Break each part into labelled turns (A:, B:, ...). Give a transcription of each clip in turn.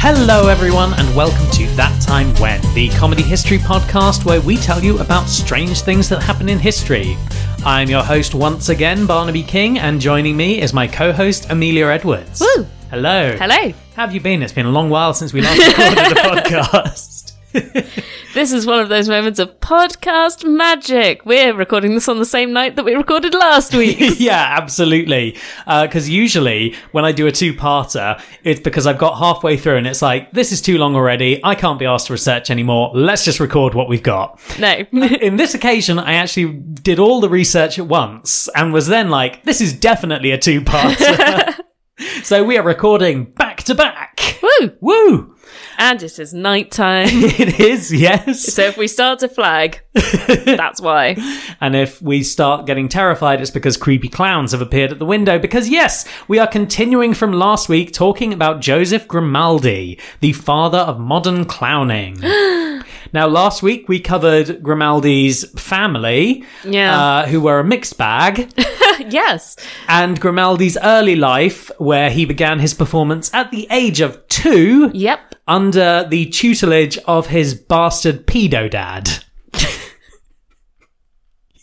A: Hello, everyone, and welcome to That Time When, the comedy history podcast where we tell you about strange things that happen in history. I'm your host once again, Barnaby King, and joining me is my co host, Amelia Edwards.
B: Woo.
A: Hello.
B: Hello.
A: How have you been? It's been a long while since we last recorded the podcast.
B: This is one of those moments of podcast magic. We're recording this on the same night that we recorded last week.
A: yeah, absolutely. Because usually when I do a two parter, it's because I've got halfway through and it's like, this is too long already. I can't be asked to research anymore. Let's just record what we've got.
B: no.
A: In this occasion, I actually did all the research at once and was then like, this is definitely a two parter. so we are recording back to back.
B: Woo.
A: Woo!
B: And it is nighttime.
A: It is, yes.
B: So if we start to flag, that's why.
A: And if we start getting terrified, it's because creepy clowns have appeared at the window. Because, yes, we are continuing from last week talking about Joseph Grimaldi, the father of modern clowning. now, last week we covered Grimaldi's family,
B: Yeah.
A: uh, who were a mixed bag,
B: yes.
A: and Grimaldi's early life, where he began his performance at the age of two
B: Yep.
A: under the tutelage of his bastard pedo dad.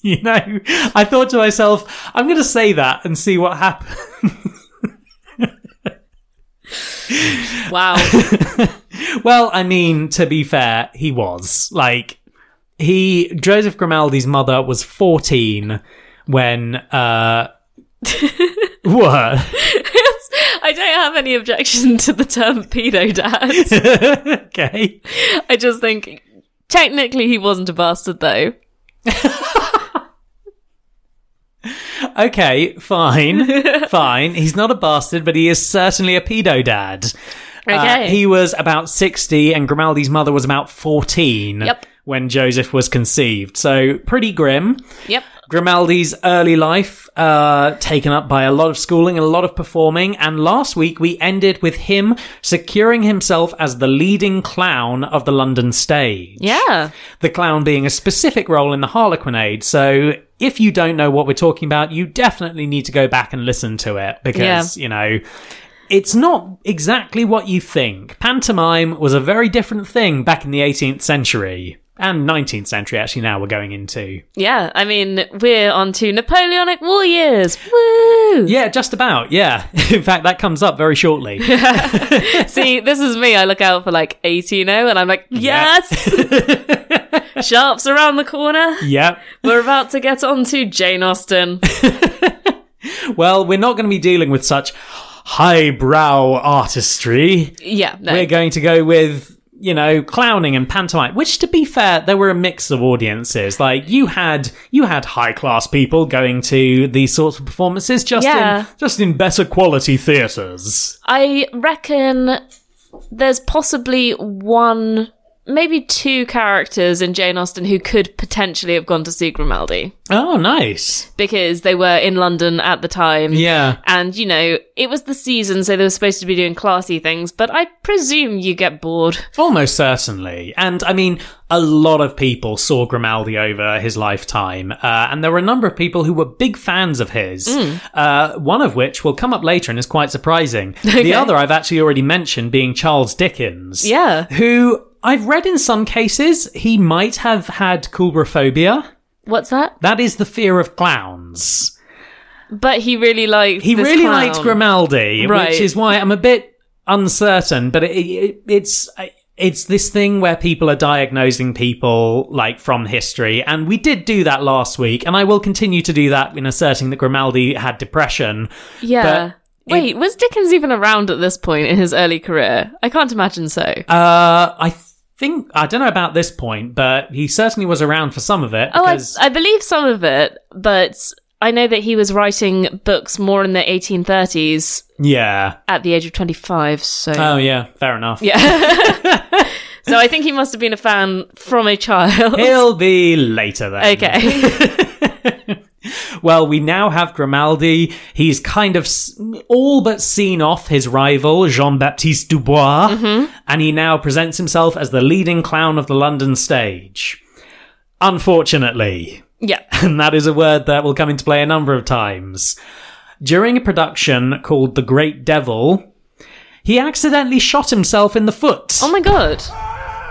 A: you know, I thought to myself, I'm going to say that and see what happens.
B: Wow.
A: Well, I mean, to be fair, he was. Like, he, Joseph Grimaldi's mother was 14 when, uh, what?
B: I don't have any objection to the term pedo dad.
A: okay.
B: I just think technically he wasn't a bastard though.
A: Okay, fine. fine. He's not a bastard, but he is certainly a pedo dad. Uh,
B: Okay.
A: he was about 60 and Grimaldi's mother was about 14
B: Yep.
A: when Joseph was conceived. So pretty grim.
B: Yep.
A: Grimaldi's early life uh, taken up by a lot of schooling and a lot of performing. And last week we ended with him securing himself as the leading clown of the London stage.
B: Yeah.
A: The clown being a specific role in the Harlequinade. So if you don't know what we're talking about, you definitely need to go back and listen to it because, you know, it's not exactly what you think. Pantomime was a very different thing back in the 18th century and 19th century, actually, now we're going into.
B: Yeah. I mean, we're on to Napoleonic War years. Woo.
A: Yeah, just about. Yeah. In fact, that comes up very shortly.
B: See, this is me. I look out for like 18 and I'm like, yes! Sharp's around the corner.
A: yep.
B: We're about to get on to Jane Austen.
A: Well, we're not going to be dealing with such highbrow artistry.
B: Yeah, no.
A: We're going to go with, you know, clowning and pantomime, which to be fair, there were a mix of audiences. Like you had you had high class people going to these sorts of performances just
B: Yeah.
A: in just in better quality theatres.
B: I reckon there's possibly one, maybe two characters in Jane Austen who could potentially have gone to see Grimaldi
A: Oh, nice.
B: because they were in London at the time.
A: Yeah.
B: And, you know, it was the season, so they were supposed to be doing classy things, but I presume you get bored.
A: Almost certainly. And I mean, a lot of people saw Grimaldi over his lifetime. Uh, and there were a number of people who were big fans of his. Uh, one of which will come up later and is quite surprising. The
B: Okay.
A: other I've actually already mentioned being Charles Dickens.
B: Yeah.
A: Who I've read in some cases, he might have had coulrophobia.
B: What's that?
A: That is the fear of clowns.
B: But he really liked.
A: He
B: this
A: really
B: clown.
A: liked Grimaldi,
B: Right.
A: which is why I'm a bit uncertain. But it, it, it's it's this thing where people are diagnosing people like from history, and we did do that last week, and I will continue to do that in asserting that Grimaldi had depression.
B: Yeah.
A: but
B: Wait, was Dickens even around at this point in his early career? I can't imagine so.
A: Uh, I think I don't know about this point, but he certainly was around for some of it.
B: oh, I,
A: because,
B: I believe some of it, but I know that he was writing books more in the 1830s
A: yeah.
B: at the age of 25. So
A: Oh, yeah. Fair enough.
B: yeah. so I think he must have been a fan from a child.
A: He'll be later then.
B: okay.
A: Well, we now have Grimaldi. He's kind of s- all but seen off his rival, Jean Baptiste Dubois,
B: Mm-hmm.
A: and he now presents himself as the leading clown of the London stage. Unfortunately,
B: yeah.
A: and that is a word that will come into play a number of times. During a production called The Great Devil, He accidentally shot himself in the foot.
B: Oh my god.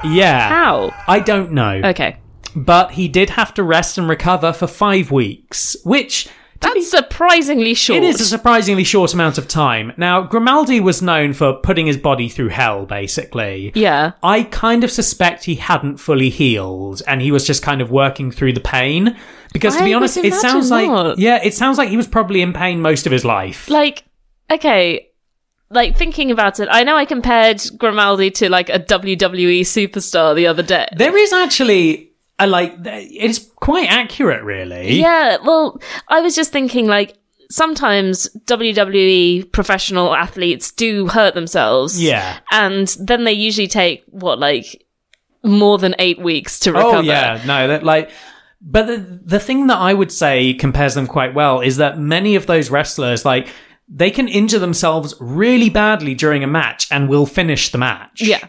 A: yeah.
B: How?
A: I don't know.
B: Okay.
A: But he did have to rest and recover for five weeks, which. to be
B: That's surprisingly short.
A: It is a surprisingly short amount of time. Now, Grimaldi was known for putting his body through hell, basically.
B: Yeah.
A: I kind of suspect he hadn't fully healed and he was just kind of working through the pain. Because to
B: I
A: be
B: would
A: honest, it sounds like
B: imagine not.
A: yeah, it sounds like he was probably in pain most of his life.
B: Like, okay. Like thinking about it, I know I compared Grimaldi to like a WWE superstar the other day.
A: there is actually a like th- it's quite accurate really.
B: Yeah, well, I was just thinking like sometimes WWE professional athletes do hurt themselves.
A: Yeah.
B: And then they usually take what like more than 8 weeks to recover.
A: Oh yeah, no, that like. But the, the thing that I would say compares them quite well is that many of those wrestlers, like, they can injure themselves really badly during a match and will finish the match.
B: Yeah.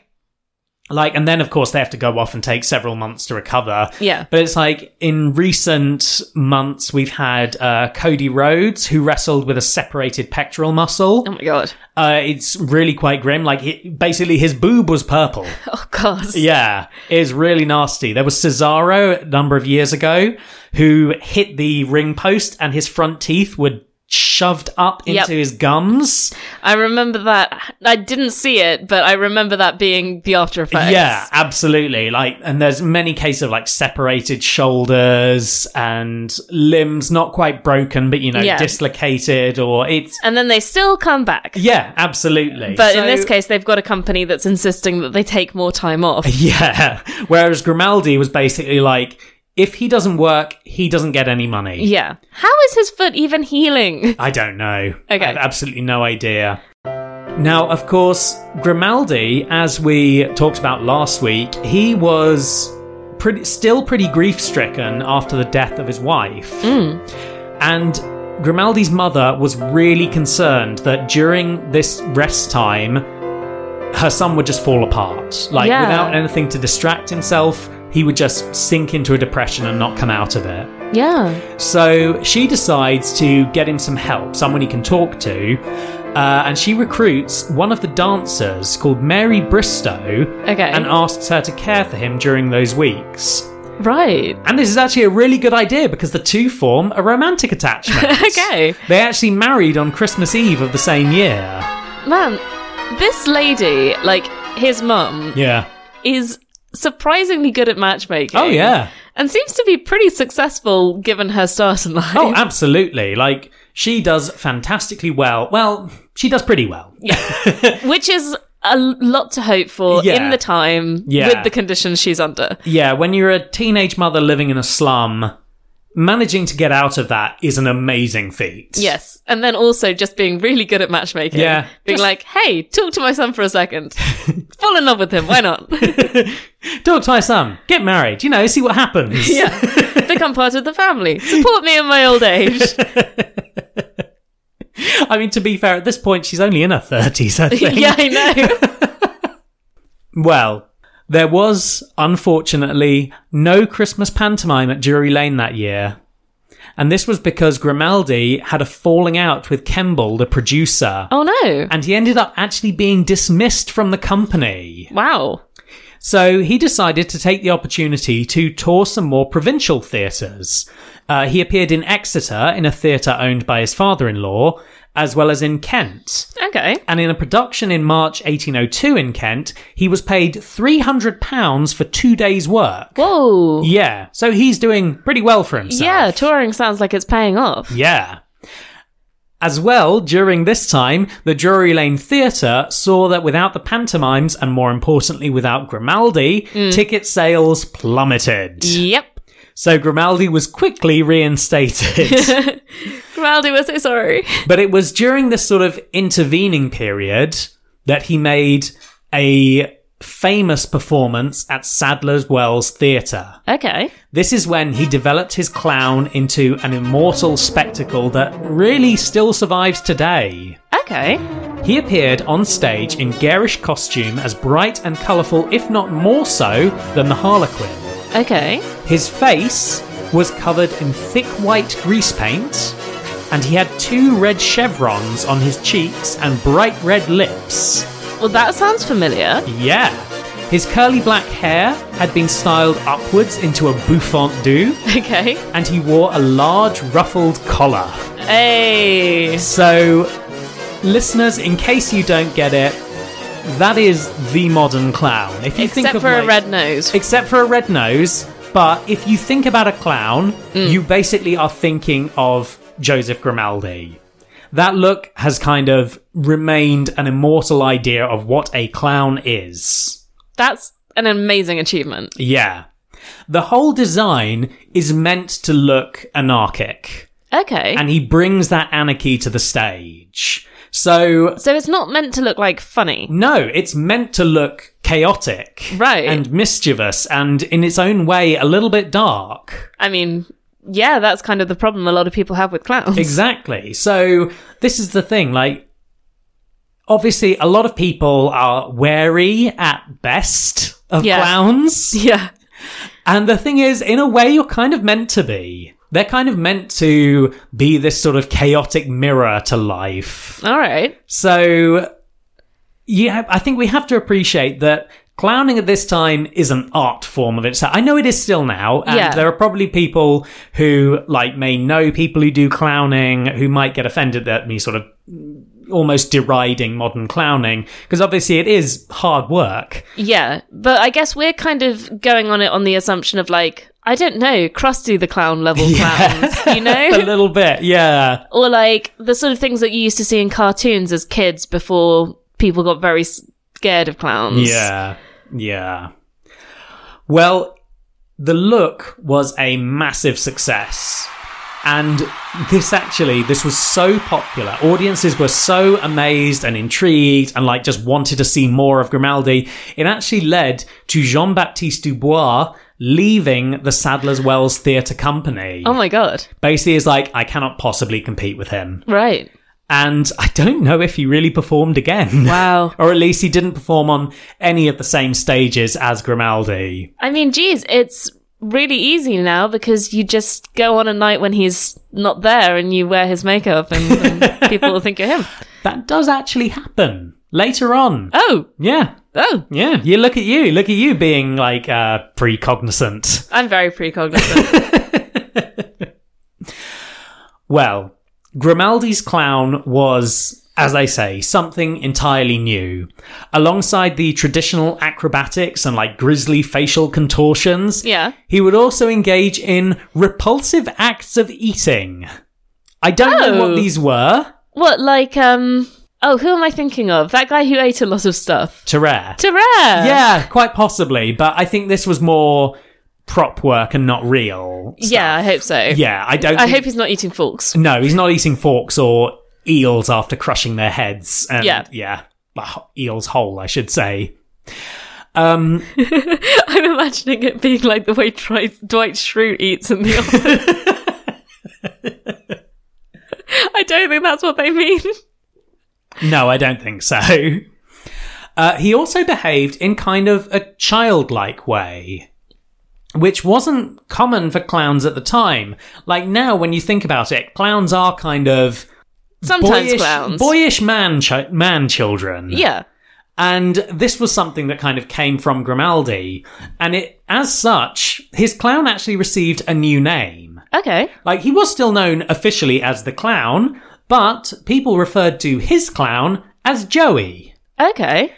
A: Like, and then of course they have to go off and take several months to recover.
B: Yeah.
A: But it's like in recent months we've had uh, Cody Rhodes who wrestled with a separated pectoral muscle.
B: Oh my god.
A: Uh, it's really quite grim. Like, he, basically his boob was purple.
B: Oh god.
A: Yeah, it's really nasty. There was Cesaro a number of years ago who hit the ring post and his front teeth were shoved up into
B: Yep.
A: his gums.
B: I remember that. I didn't see it, but I remember that being the after effects.
A: Yeah, absolutely. Like, and there's many cases of like separated shoulders and limbs not quite broken, but you know,
B: Yeah.
A: dislocated or it's.
B: And then they still come back.
A: Yeah, absolutely.
B: But in
A: So-
B: this case, they've got a company that's insisting that they take more time off.
A: Yeah. Whereas Grimaldi was basically like, if he doesn't work, he doesn't get any money.
B: Yeah. How is his foot even healing?
A: I don't know.
B: Okay.
A: I have absolutely no idea. Now, of course, Grimaldi, as we talked about last week, he was pretty, still pretty grief stricken after the death of his wife.
B: Mm.
A: And Grimaldi's mother was really concerned that during this rest time, her son would just fall apart. Like,
B: Yeah.
A: without anything to distract himself, he would just sink into a depression and not come out of it.
B: Yeah.
A: So she decides to get him some help, someone he can talk to, uh, and she recruits one of the dancers called Mary Bristow
B: Okay.
A: and asks her to care for him during those weeks.
B: right.
A: And this is actually a really good idea because the two form a romantic attachment.
B: Okay.
A: They actually married on Christmas Eve of the same year.
B: Man, this lady, like his mum,
A: Yeah.
B: is surprisingly good at matchmaking.
A: Oh, yeah.
B: And seems to be pretty successful given her start in life.
A: Oh, absolutely. Like, she does fantastically well. Well, she does pretty well.
B: which is a lot to hope for
A: Yeah.
B: in the time
A: Yeah.
B: with the conditions she's under.
A: Yeah, when you're a teenage mother living in a slum, managing to get out of that is an amazing feat.
B: Yes. And then also just being really good at matchmaking.
A: Yeah.
B: Being
A: Just-
B: like, hey, talk to my son for a second. Fall in love with him. Why not?
A: Talk to my son, get married, you know, see what happens.
B: yeah. Become part of the family. Support me in my old age.
A: I mean, to be fair, at this point, she's only in her 30s, I think.
B: yeah, I know.
A: Well, there was, unfortunately, no Christmas pantomime at Drury Lane that year. And this was because Grimaldi had a falling out with Kemble, the producer,
B: Oh, no.
A: and he ended up actually being dismissed from the company.
B: Wow.
A: So he decided to take the opportunity to tour some more provincial theatres. Uh, he appeared in Exeter in a theatre owned by his father in law, as well as in Kent.
B: Okay.
A: And in a production in March 1802 in Kent, he was paid £300 for two days' work.
B: Whoa. Yeah,
A: Yeah, so he's doing pretty well for himself.
B: touring sounds like it's paying off.
A: Yeah. As well, during this time, the Drury Lane Theatre saw that without the pantomimes, and more importantly, without Grimaldi, ticket sales plummeted.
B: Yep.
A: So Grimaldi was quickly reinstated.
B: Grimaldi, we're so sorry.
A: but it was during this sort of intervening period that he made a famous performance at Sadler's Wells Theatre.
B: Okay.
A: This is when he developed his clown into an immortal spectacle that really still survives today.
B: Okay.
A: He appeared on stage in garish costume as bright and colourful, if not more so, than the Harlequin.
B: Okay.
A: His face was covered in thick white grease paint, and he had two red chevrons on his cheeks and bright red lips.
B: Well, that sounds familiar.
A: Yeah. His curly black hair had been styled upwards into a bouffant do,
B: Okay.
A: and he wore a large ruffled collar.
B: Hey.
A: So, listeners, in case you don't get it, that is the modern clown. If you think
B: Except
A: of
B: for a
A: like-
B: red nose.
A: except for a red nose. But if you think about a clown,
B: Mm.
A: you basically are thinking of Joseph Grimaldi. That look has kind of remained an immortal idea of what a clown is.
B: That's an amazing achievement.
A: Yeah. The whole design is meant to look anarchic,
B: Okay.
A: and he brings that anarchy to the stage. So,
B: so it's not meant to look like funny.
A: no, it's meant to look chaotic.
B: Right.
A: And mischievous, and in its own way, a little bit dark.
B: I mean, yeah, that's kind of the problem a lot of people have with clowns.
A: Exactly. So this is the thing, like obviously a lot of people are wary at best of
B: Yeah.
A: clowns.
B: yeah.
A: And the thing is, in a way you're kind of meant to be. They're kind of meant to be this sort of chaotic mirror to life.
B: All right.
A: So yeah, I think we have to appreciate that clowning at this time is an art form of itself. I know it is still now, and
B: Yeah.
A: there are probably people who like may know people who do clowning who might get offended at me sort of almost deriding modern clowning because obviously it is hard work.
B: Yeah. But I guess we're kind of going on it on the assumption of like, I don't know, Krusty the Clown level clowns, you
A: a
B: know?
A: little bit, yeah.
B: or like the sort of things that you used to see in cartoons as kids before people got very scared of clowns.
A: Yeah. Yeah. Well, the look was a massive success. And this actually, this was so popular. Audiences were so amazed and intrigued and like just wanted to see more of Grimaldi. It actually led to Jean Baptiste Dubois leaving the Sadler's Wells Theatre Company.
B: Oh my god.
A: Basically, is like, I cannot possibly compete with him.
B: Right.
A: And I don't know if he really performed again.
B: Wow.
A: or at least he didn't perform on any of the same stages as Grimaldi.
B: I mean, geez, it's really easy now because you just go on a night when he's not there and you wear his makeup and, and people will think you're him.
A: That does actually happen later on.
B: Oh,
A: Yeah.
B: oh,
A: Yeah. You look at you. Look at you being like uh, precognizant.
B: I'm very precognizant.
A: Well, Grimaldi's clown was, as they say, something entirely new. Alongside the traditional acrobatics and like grisly facial contortions,
B: Yeah.
A: he would also engage in repulsive acts of eating. I don't know
B: Oh.
A: what these were.
B: what, like, um, oh, who am I thinking of? That guy who ate a lot of stuff.
A: Terrare.
B: Terrell.
A: Yeah, quite possibly, but I think this was more prop work and not real. stuff.
B: Yeah, I hope so.
A: Yeah, I don't.
B: I
A: think-
B: hope he's not eating forks.
A: No, he's not eating forks or eels after crushing their heads. And
B: Yeah.
A: yeah, well, eels whole, I should say.
B: I'm imagining it being like the way Dri- Dwight Schrute eats in the office. I don't think that's what they mean.
A: No, I don't think so. Uh, he also behaved in kind of a childlike way, which wasn't common for clowns at the time. Like now, when you think about it, clowns are kind of
B: Sometimes
A: boyish,
B: clowns.
A: boyish man chi- man children.
B: yeah.
A: And this was something that kind of came from Grimaldi. And it, as such, his clown actually received a new name.
B: Okay.
A: Like, he was still known officially as the clown, but people referred to his clown as Joey.
B: Okay.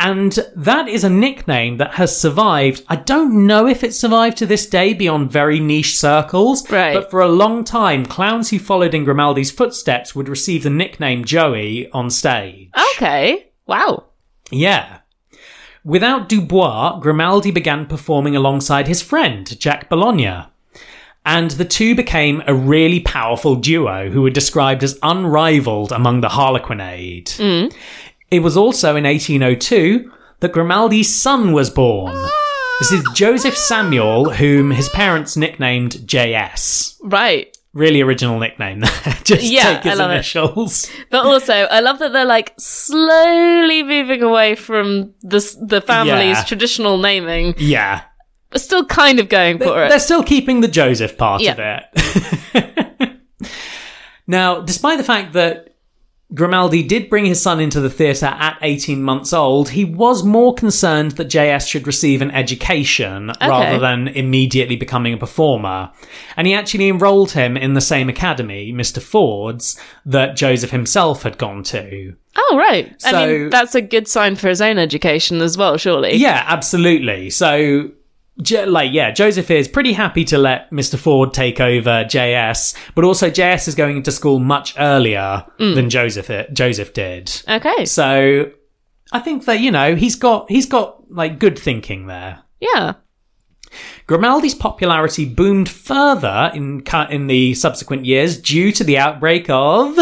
A: And that is a nickname that has survived. I don't know if it survived to this day beyond very niche circles.
B: Right.
A: But for a long time, clowns who followed in Grimaldi's footsteps would receive the nickname Joey on stage.
B: Okay. Wow.
A: Yeah. Without Dubois, Grimaldi began performing alongside his friend, Jack Bologna. And the two became a really powerful duo who were described as unrivaled among the Harlequinade.
B: Mm.
A: It was also in 1802 that Grimaldi's son was born. This is Joseph Samuel, whom his parents nicknamed JS.
B: Right.
A: Really original nickname there. Just
B: Yeah,
A: take his
B: I love it.
A: initials.
B: But also, I love that they're like slowly moving away from the s- the family's
A: Yeah.
B: traditional naming.
A: Yeah.
B: But still kind of going for
A: They're
B: it.
A: still keeping the Joseph part
B: Yeah.
A: of it. now, despite the fact that Grimaldi did bring his son into the theatre at 18 months old. He was more concerned that JS should receive an education
B: Okay.
A: rather than immediately becoming a performer. And he actually enrolled him in the same academy, Mr. Ford's, that Joseph himself had gone to.
B: Oh, right. I
A: So-
B: mean, that's a good sign for his own education as well, surely.
A: Yeah, absolutely. So, J- like, yeah, Joseph is pretty happy to let Mr. Ford take over JS, but also JS is going into school much earlier than Joseph uh, Joseph did.
B: Okay.
A: So, I think that you know he's got he's got like good thinking there.
B: Yeah.
A: Grimaldi's popularity boomed further in cu- in the subsequent years due to the outbreak of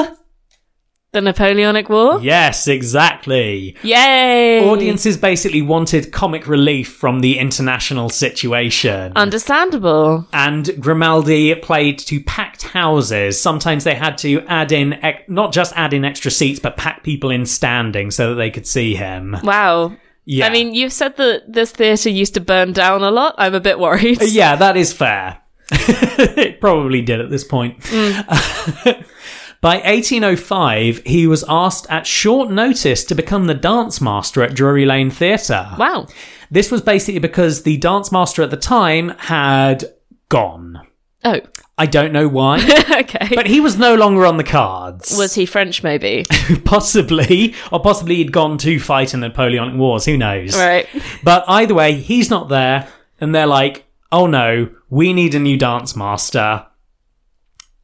B: The Napoleonic War?
A: yes, exactly.
B: Yay!
A: Audiences basically wanted comic relief from the international situation.
B: Understandable.
A: and Grimaldi played to packed houses. Sometimes they had to add in, ec- not just add in extra seats, but pack people in standing so that they could see him.
B: Wow.
A: Yeah.
B: I mean, you've said that this theatre used to burn down a lot. I'm a bit worried.
A: Uh, yeah, that is fair. it probably did at this point.
B: Mm.
A: By 1805, he was asked at short notice to become the dance master at Drury Lane Theatre.
B: Wow.
A: This was basically because the dance master at the time had gone.
B: Oh,
A: I don't know why,
B: okay.
A: but he was no longer on the cards.
B: was he French, maybe?
A: possibly, or possibly he'd gone to fight in the Napoleonic Wars. Who knows?
B: right.
A: But either way, he's not there, and they're like, "Oh no, we need a new dance master."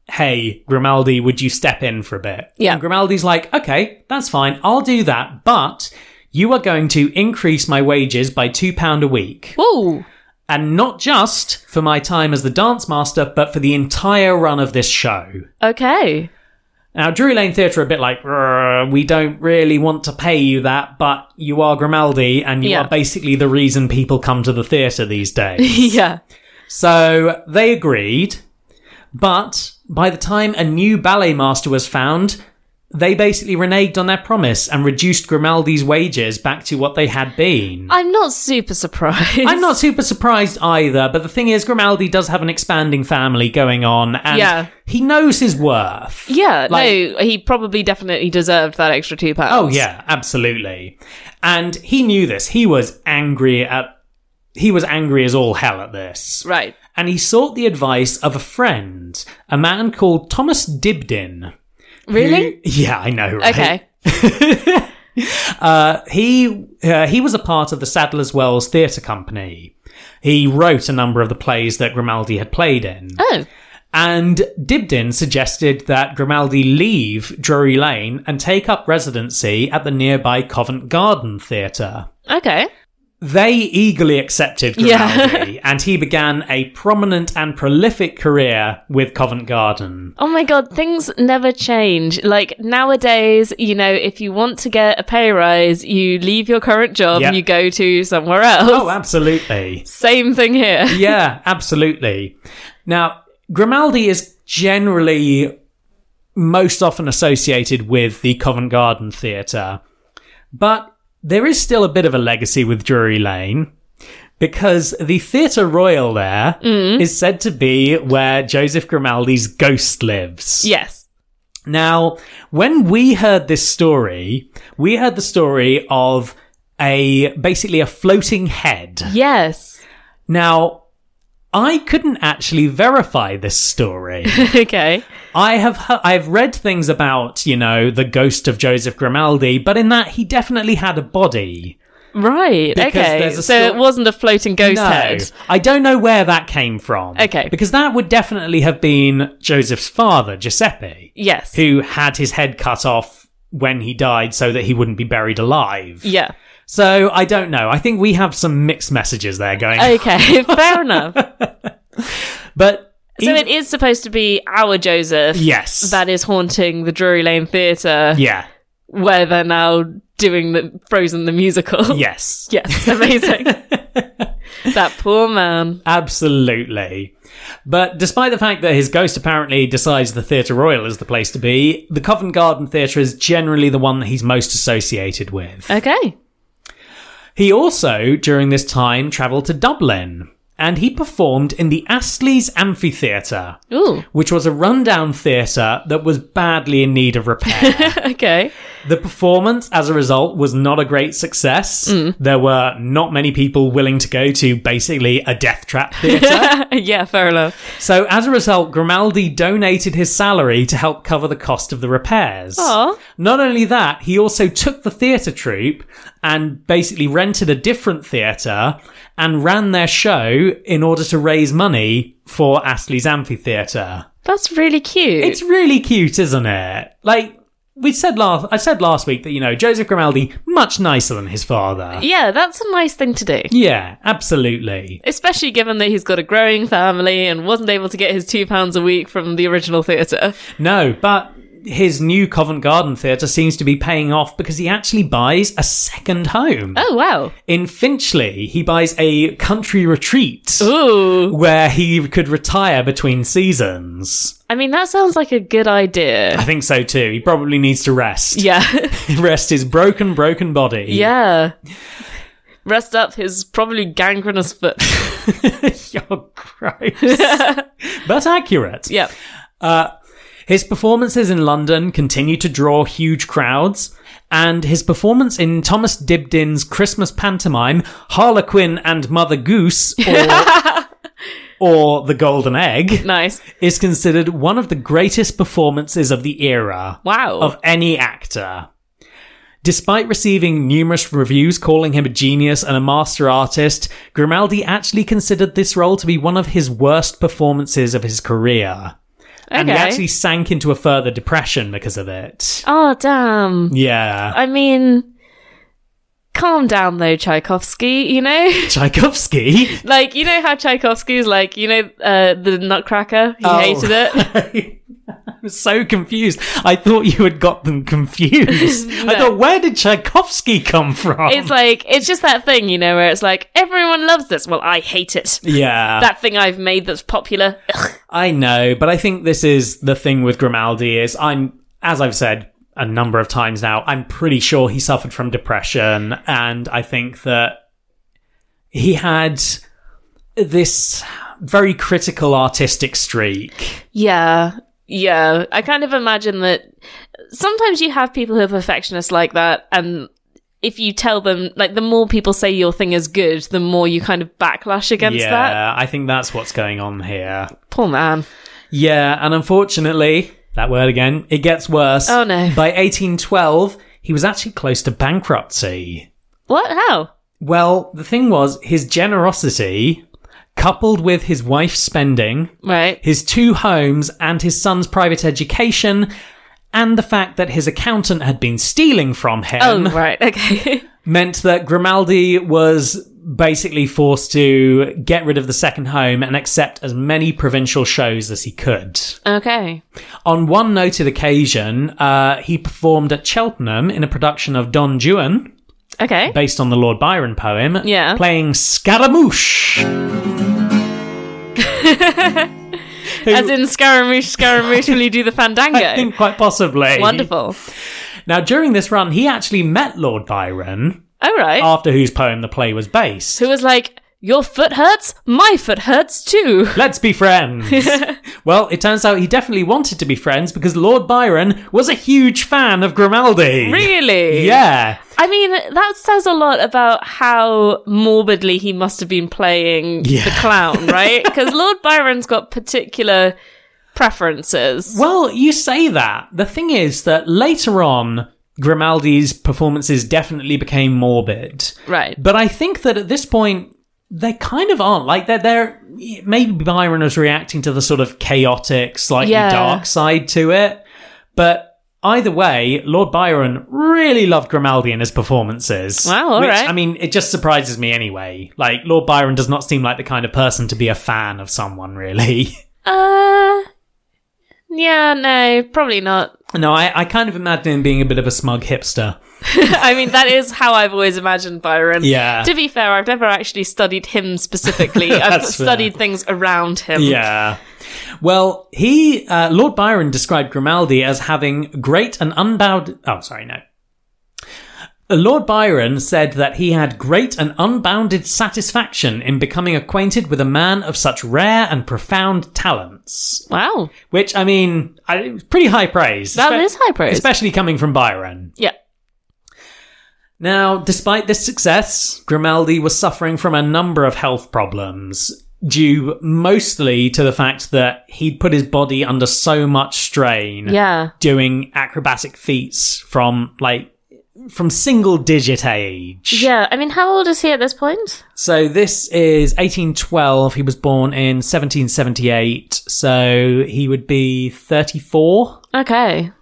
A: Hey, Grimaldi, would you step in for a bit?
B: Yeah.
A: And Grimaldi's like, "Okay, that's fine. I'll do that, but." You are going to increase my wages by £2 a week.
B: Whoa.
A: And not just for my time as the dance master, but for the entire run of this show.
B: Okay.
A: Now, Drury Lane Theatre are a bit like, "Rrr, we don't really want to pay you that, but you are Grimaldi and you
B: Yeah.
A: are basically the reason people come to the theatre these days.
B: yeah.
A: so they agreed, but by the time a new ballet master was found, they basically reneged on their promise and reduced Grimaldi's wages back to what they had been.
B: I'm not super surprised.
A: I'm not super surprised either, but the thing is, Grimaldi does have an expanding family going on, and
B: Yeah.
A: he knows his worth.
B: Yeah,
A: Like-
B: no, he probably definitely deserved that extra two pounds.
A: Oh yeah, absolutely. And he knew this. He was angry at he was angry as all hell at this.
B: Right.
A: And he sought the advice of a friend, a man called Thomas Dibdin.
B: Really?
A: who- yeah, I know, right?
B: Okay.
A: Uh, he uh, he was a part of the Sadler's Wells Theatre Company. He wrote a number of the plays that Grimaldi had played in.
B: Oh.
A: And Dibdin suggested that Grimaldi leave Drury Lane and take up residency at the nearby Covent Garden Theatre.
B: Okay.
A: They eagerly accepted
B: Yeah.
A: Grimaldi, and he began a prominent and prolific career with Covent Garden.
B: Oh my god, things never change. Like nowadays, you know, if you want to get a pay rise, you leave your current job
A: Yeah.
B: and you go to somewhere else.
A: Oh, absolutely.
B: Same thing here.
A: yeah, absolutely. Now, Grimaldi is generally most often associated with the Covent Garden Theatre, but there is still a bit of a legacy with Drury Lane because the Theatre Royal there is said to be where Joseph Grimaldi's ghost lives.
B: Yes.
A: Now, when we heard this story, we heard the story of a basically a floating head.
B: Yes.
A: Now, I couldn't actually verify this story.
B: okay.
A: I have he- I've read things about, you know, the ghost of Joseph Grimaldi, but in that he definitely had a body.
B: Right.
A: Because
B: okay.
A: there's a
B: So
A: stor-
B: it wasn't a floating ghost
A: No,
B: head.
A: I don't know where that came from.
B: Okay.
A: Because that would definitely have been Joseph's father, Giuseppe,
B: Yes.
A: who had his head cut off when he died so that he wouldn't be buried alive.
B: Yeah.
A: So I don't know. I think we have some mixed messages there going on.
B: Okay. Fair enough.
A: But
B: So
A: e-
B: it is supposed to be our Joseph
A: yes.
B: that is haunting the Drury Lane Theatre
A: yeah.
B: where they're now doing the Frozen the musical.
A: Yes.
B: Yes, amazing. that poor man.
A: Absolutely. But despite the fact that his ghost apparently decides the Theatre Royal is the place to be, the Covent Garden Theatre is generally the one that he's most associated
B: Uh-
A: with.
B: Okay.
A: He also, during this time, travelled to Dublin. and he performed in the Astley's Amphitheatre,
B: Ooh.
A: which was a rundown theatre that was badly in need of repair.
B: okay.
A: the performance, as a result, was not a great success. There were not many people willing to go to basically a death trap theatre.
B: yeah, fair enough.
A: so, as a result, Grimaldi donated his salary to help cover the cost of the repairs.
B: Aw.
A: Not only that, he also took the theatre troupe and basically rented a different theatre and ran their show in order to raise money for Astley's Amphitheatre.
B: That's really cute.
A: It's really cute, isn't it? Like we said last, I said last week that you know Joseph Grimaldi much nicer than his father.
B: yeah, that's a nice thing to do.
A: Yeah, absolutely.
B: Especially given that he's got a growing family and wasn't able to get his two pounds a week from the original theatre.
A: No, but his new Covent Garden theatre seems to be paying off because he actually buys a second home.
B: Oh wow!
A: In Finchley, he buys a country retreat
B: Ooh,
A: where he could retire between seasons.
B: I mean that sounds like a good idea.
A: I think so too. He probably needs to rest.
B: Yeah,
A: Rest his broken, broken body.
B: yeah. Rest up his probably gangrenous foot.
A: You're gross. but accurate.
B: Yeah,
A: His performances in London continue to draw huge crowds, and his performance in Thomas Dibdin's Christmas pantomime, Harlequin and Mother Goose, or, or The Golden Egg,
B: nice.
A: is considered one of the greatest performances of the era
B: Wow.
A: of any actor. Despite receiving numerous reviews calling him a genius and a master artist, Grimaldi actually considered this role to be one of his worst performances of his career. And he
B: Okay.
A: actually sank into a further depression because of it.
B: oh damn.
A: Yeah.
B: I mean, calm down though, Tchaikovsky. You know.
A: Tchaikovsky?
B: Like you know how Tchaikovsky's like you know uh, the Nutcracker he
A: Oh.
B: hated it.
A: I'm so confused. I thought you had got them confused. I
B: No.
A: thought, where did Tchaikovsky come from?
B: It's like it's just that thing you know where it's like everyone loves this. Well, I hate it.
A: yeah.
B: That thing I've made that's popular. Ugh.
A: I know, but I think this is the thing with Grimaldi is I'm as I've said a number of times now, I'm pretty sure he suffered from depression and I think that he had this very critical artistic streak.
B: Yeah, yeah. I kind of imagine that sometimes you have people who are perfectionists like that, and if you tell them like the more people say your thing is good, the more you kind of backlash against
A: yeah,
B: that.
A: I think that's what's going on here.
B: Poor man.
A: Yeah, and unfortunately, that word again, it gets worse.
B: Oh, no.
A: By 1812, he was actually close to bankruptcy.
B: What? How?
A: Well, the thing was, his generosity, coupled with his wife's spending,
B: Right.
A: his two homes, and his son's private education, and the fact that his accountant had been stealing from him,
B: Oh, right. Okay.
A: meant that Grimaldi was basically forced to get rid of the second home and accept as many provincial shows as he could.
B: okay.
A: On one noted occasion, uh, he performed at Cheltenham in a production of Don Juan
B: Okay.
A: based on the Lord Byron poem,
B: Yeah.
A: playing Scaramouche. Who
B: As in Scaramouche, Scaramouche, will you do the fandango?
A: I think quite possibly.
B: Wonderful.
A: Now, during this run, he actually met Lord Byron,
B: All right.
A: after whose poem the play was based.
B: Who was like, your foot hurts? My foot hurts too.
A: Let's be friends. well, it turns out he definitely wanted to be friends because Lord Byron was a huge fan of Grimaldi.
B: Really?
A: Yeah.
B: I mean, that says a lot about how morbidly he must have been playing the
A: Yeah.
B: clown, right? Because Lord Byron's got particular preferences.
A: Well, you say that. The thing is that later on, Grimaldi's performances definitely became morbid.
B: Right.
A: But I think that at this point, they kind of aren't. Like, they're, they're maybe Byron was reacting to the sort of chaotic, slightly
B: Yeah.
A: dark side to it. But either way, Lord Byron really loved Grimaldi and his performances.
B: Wow, all
A: which,
B: right.
A: I mean, it just surprises me anyway. Like, Lord Byron does not seem like the kind of person to be a fan of someone, really.
B: Uh, yeah, no, probably not.
A: no, I, I kind of imagine him being a bit of a smug hipster.
B: I mean, that is how I've always imagined Byron.
A: Yeah.
B: To be fair, I've never actually studied him specifically. I've
A: That's fair.
B: studied things around him.
A: Yeah. Well, he, uh, Lord Byron described Grimaldi as having great and unbounded. Oh, sorry, no. Lord Byron said that he had great and unbounded satisfaction in becoming acquainted with a man of such rare and profound talents.
B: Wow.
A: Which, I mean, I, pretty high praise.
B: That
A: Espe-
B: is high praise.
A: Especially coming from Byron.
B: Yeah.
A: Now, despite this success, Grimaldi was suffering from a number of health problems, due mostly to the fact that he'd put his body under so much strain
B: Yeah.
A: doing acrobatic feats from like from single digit age.
B: Yeah. I mean, how old is he at this point?
A: So this is 1812. He was born in 1778, so he would be 34.
B: Okay.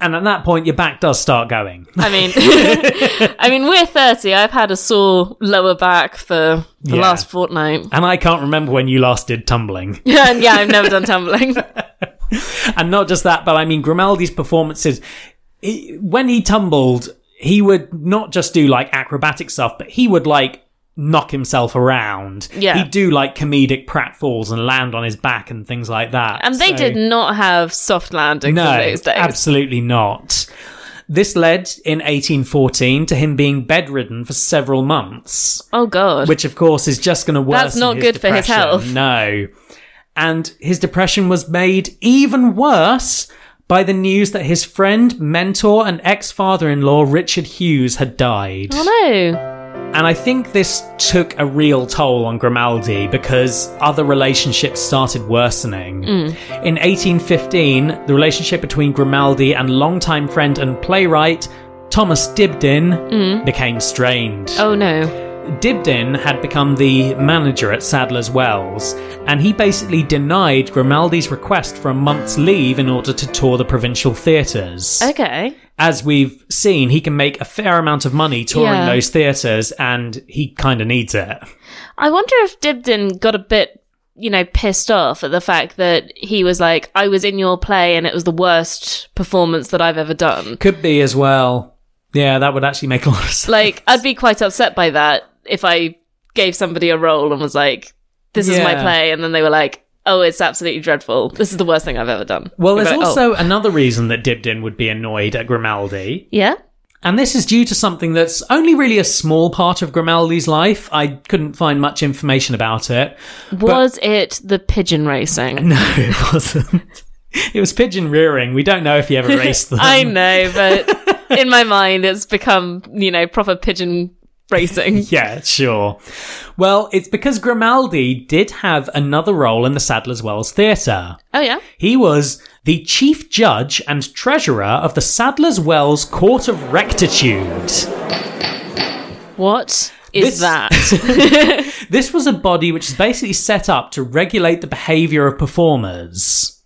A: And at that point, your back does start going.
B: I mean, I mean, we're 30. I've had a sore lower back for the
A: Yeah.
B: last fortnight.
A: And I can't remember when you last did tumbling.
B: and yeah, I've never done tumbling.
A: and not just that, but I mean Grimaldi's performances. he- when he tumbled, he would not just do like acrobatic stuff, but he would like knock himself around.
B: Yeah.
A: he'd do like comedic pratfalls and land on his back and things like that.
B: And they
A: So-
B: did not have soft landings
A: No,
B: in those days.
A: absolutely not. This led in 1814 to him being bedridden for several months
B: Oh, God.
A: which of course is just going to worsen.
B: That's not
A: his
B: good for his
A: depression.
B: health.
A: No, and his depression was made even worse by the news that his friend, mentor, and ex-father-in-law Richard Hughes had died.
B: oh, no.
A: And I think this took a real toll on Grimaldi because other relationships started worsening.
B: Mm.
A: In 1815, the relationship between Grimaldi and longtime friend and playwright Thomas Dibdin became strained.
B: Mm. Oh, no.
A: Dibdin had become the manager at Sadler's Wells, and he basically denied Grimaldi's request for a month's leave in order to tour the provincial theatres.
B: Okay.
A: As we've seen, he can make a fair amount of money touring
B: Yeah.
A: those theatres, and he kind of needs it.
B: I wonder if Dibdin got a bit, you know, pissed off at the fact that he was like, I was in your play and it was the worst performance that I've ever done.
A: Could be as well. Yeah, that would actually make a lot of sense.
B: Like, I'd be quite upset by that if I gave somebody a role and was like, this is my
A: Yeah.
B: play. And then they were like, oh, it's absolutely dreadful. This is the worst thing I've ever done.
A: Well,
B: You're
A: there's
B: like, "Oh,
A: also another reason that Dibdin would be annoyed at Grimaldi.
B: yeah.
A: And this is due to something that's only really a small part of Grimaldi's life. I couldn't find much information about it.
B: Was it the pigeon racing?
A: No, it wasn't. It was pigeon rearing. We don't know if he ever raced them.
B: I know, but in my mind, it's become, you know, proper pigeon racing.
A: yeah, sure. Well, it's because Grimaldi did have another role in the Sadler's Wells Theatre.
B: Oh, yeah.
A: He was the chief judge and treasurer of the Sadler's Wells Court of Rectitude.
B: What
A: This-
B: is that?
A: This was a body which is basically set up to regulate the behaviour of performers.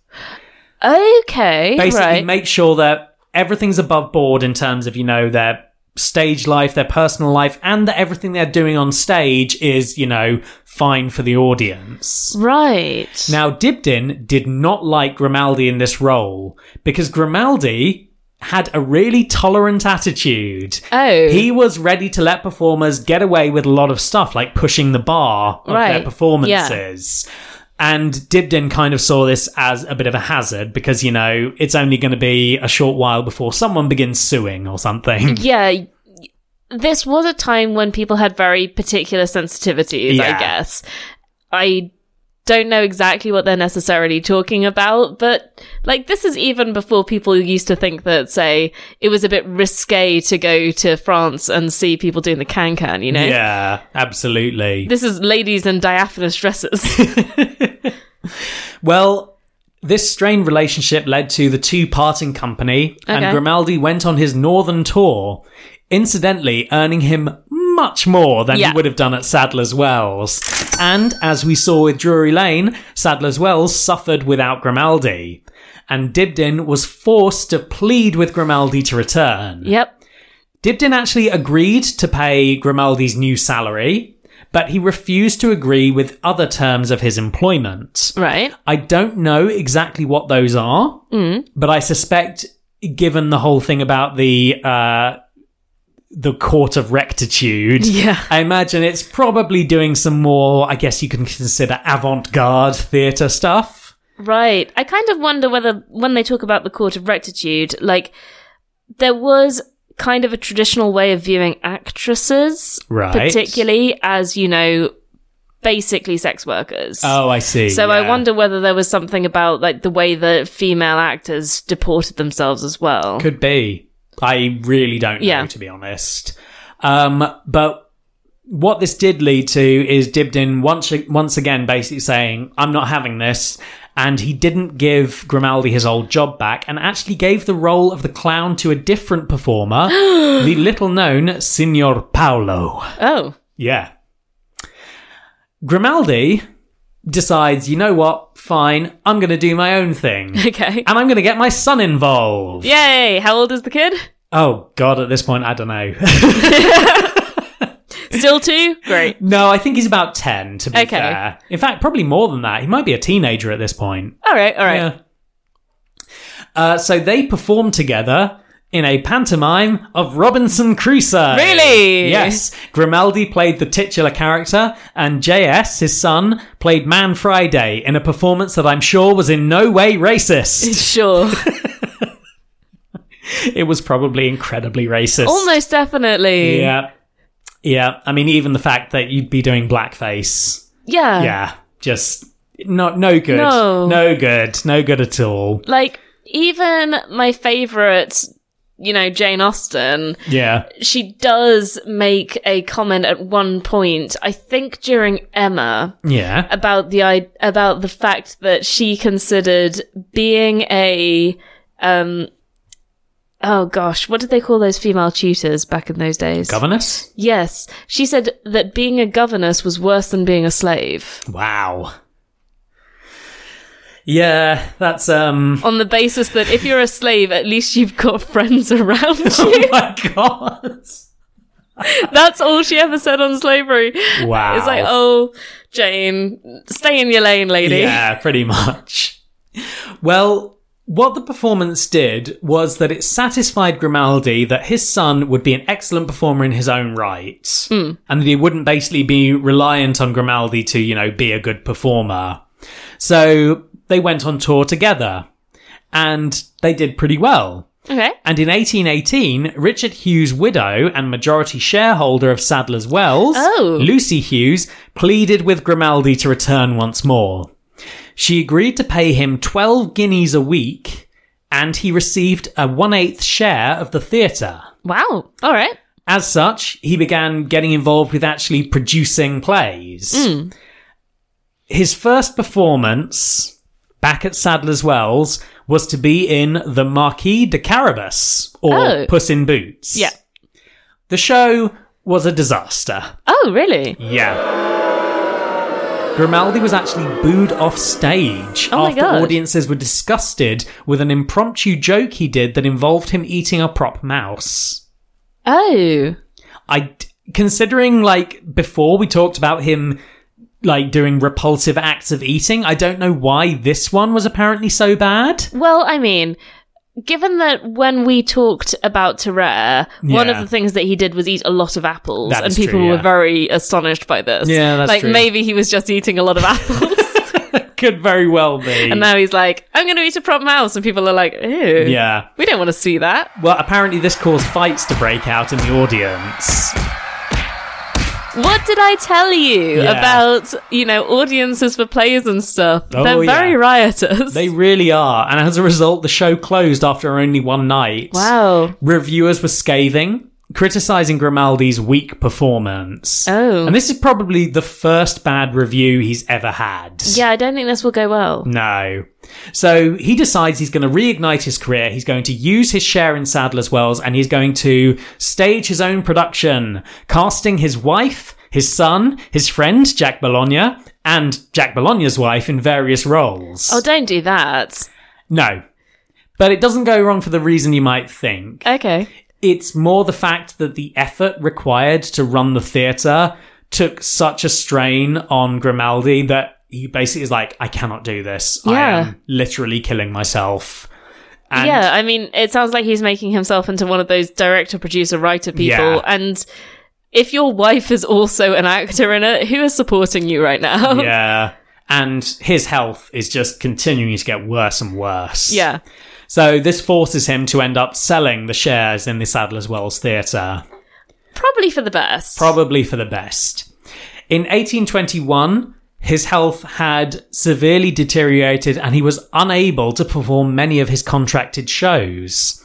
B: okay.
A: basically
B: right.
A: make sure that everything's above board in terms of you know their stage life their personal life and that everything they're doing on stage is you know fine for the audience
B: right.
A: now dibdin did not like grimaldi in this role because grimaldi had a really tolerant attitude
B: oh.
A: he was ready to let performers get away with a lot of stuff like pushing the bar of
B: Right,
A: their
B: yeah.
A: performances and dibdin kind of saw this as a bit of a hazard because you know it's only going to be a short while before someone begins suing or something
B: yeah. y- This was a time when people had very particular sensitivities, I
A: Yeah.
B: guess. I don't know exactly what they're necessarily talking about, but like this is even before people used to think that, say, it was a bit risque to go to France and see people doing the can can, you know?
A: yeah absolutely
B: This is ladies in diaphanous dresses.
A: well this strained relationship led to the two parting company and
B: Okay.
A: grimaldi went on his northern tour incidentally earning him much more than
B: Yeah.
A: he would have done at Sadler's Wells. And as we saw with Drury Lane, Sadler's Wells suffered without Grimaldi. And Dibdin was forced to plead with Grimaldi to return.
B: yep.
A: Dibdin actually agreed to pay Grimaldi's new salary, but he refused to agree with other terms of his employment.
B: Right.
A: I don't know exactly what those are, but I suspect, given the whole thing about the uh, the court of rectitude,
B: Yeah.
A: I imagine it's probably doing some more. I guess you can consider avant-garde theatre stuff.
B: Right. I kind of wonder whether when they talk about the court of rectitude, like there was kind of a traditional way of viewing actresses,
A: Right.
B: particularly as, you know, basically sex workers.
A: Oh, I see.
B: So I
A: yeah.
B: wonder whether there was something about like the way that female actors deported themselves as well.
A: Could be. I really don't know,
B: Yeah.
A: to be honest. Um, but what this did lead to is Dibdin once once again basically saying, "I'm not having this," and he didn't give Grimaldi his old job back, and actually gave the role of the clown to a different performer, the little-known Signor Paolo.
B: oh,
A: Yeah. Grimaldi decides, you know what? Fine, I'm going to do my own thing.
B: okay.
A: And I'm going to get my son involved.
B: Yay! How old is the kid?
A: Oh God! At this point, I don't know.
B: Still two? Great.
A: no, I think he's about ten. To be
B: Okay.
A: fair, in fact, probably more than that. He might be a teenager at this point.
B: All right, all right.
A: Yeah. Uh, so they perform together in a pantomime of Robinson Crusoe.
B: Really?
A: Yes. Grimaldi played the titular character, and JS, his son, played Man Friday in a performance that I'm sure was in no way racist.
B: Sure.
A: it was probably incredibly racist.
B: Almost definitely.
A: Yeah. Yeah. I mean, even the fact that you'd be doing blackface.
B: Yeah.
A: Yeah. Just not no good.
B: Uh, No.
A: good. No good at all.
B: Like, even my favorite, you know, Jane Austen,
A: Yeah.
B: she does make a comment at one point, I think during Emma,
A: Yeah.
B: about the i- about the fact that she considered being a um oh gosh what did they call those female tutors back in those days
A: Governess?
B: yes she said that being a governess was worse than being a slave
A: Wow. Yeah, that's um
B: on the basis that if you're a slave at least you've got friends around you
A: Oh my god.
B: that's all she ever said on slavery
A: Wow.
B: it's like oh jane stay in your lane lady
A: Yeah, pretty much. Well, what the performance did was that it satisfied Grimaldi that his son would be an excellent performer in his own right, and that he wouldn't basically be reliant on Grimaldi to, you know, be a good performer. So they went on tour together, and they did pretty well.
B: okay
A: And in 1818, Richard Hughes' widow and majority shareholder of Sadler's Wells,
B: Oh.
A: Lucy Hughes, pleaded with Grimaldi to return once more. She agreed to pay him 12 guineas a week, and he received a one-eighth share of the theatre.
B: wow all right
A: As such, he began getting involved with actually producing plays.
B: Hmm.
A: His first performance back at Sadler's Wells was to be in The Marquis de Carabas, or
B: Oh.
A: Puss in Boots.
B: Yeah.
A: The show was a disaster.
B: oh really
A: Yeah. Grimaldi was actually booed off stage
B: Oh my
A: after
B: God.
A: audiences were disgusted with an impromptu joke he did that involved him eating a prop mouse.
B: oh
A: I considering like before we talked about him like doing repulsive acts of eating, I don't know why this one was apparently so bad.
B: Well, I mean, given that when we talked about Terrare, one of
A: Yeah.
B: the things that he did was eat a lot of apples,
A: That
B: and
A: is true,
B: people were
A: yeah.
B: very astonished by this.
A: Yeah, that's
B: like
A: true.
B: maybe he was just eating a lot of apples,
A: Could very well be.
B: and now he's like, "I'm going to eat a prop mouse," and people are like, "Ew,
A: yeah.
B: we don't want to see that."
A: Well, apparently this caused fights to break out in the audience.
B: What did I tell you
A: Yeah.
B: about you know audiences for plays and stuff?
A: Oh,
B: They're very
A: yeah.
B: riotous.
A: They really are, and as a result, the show closed after only one night.
B: wow.
A: Reviewers were scathing, criticizing Grimaldi's weak performance.
B: Oh.
A: And this is probably the first bad review he's ever had.
B: Yeah, I don't think this will go well.
A: Mm. No. So he decides he's going to reignite his career. He's going to use his share in Sadler's Wells and he's going to stage his own production, casting his wife, his son, his friend, Jack Bologna, and Jack Bologna's wife in various roles.
B: Oh, don't do that.
A: No. But it doesn't go wrong for the reason you might think.
B: Okay.
A: It's more the fact that the effort required to run the theatre took such a strain on Grimaldi that he basically is like, I cannot do this. I
B: Yeah.
A: am literally killing myself. And
B: yeah, I mean, it sounds like he's making himself into one of those director, producer, writer people.
A: Yeah.
B: And if your wife is also an actor in it, who is supporting you right now?
A: yeah. and his health is just continuing to get worse and worse.
B: Yeah.
A: So this forces him to end up selling the shares in the Sadler's Wells Theatre,
B: Probably for the best.
A: probably for the best. In 1821, his health had severely deteriorated and he was unable to perform many of his contracted shows.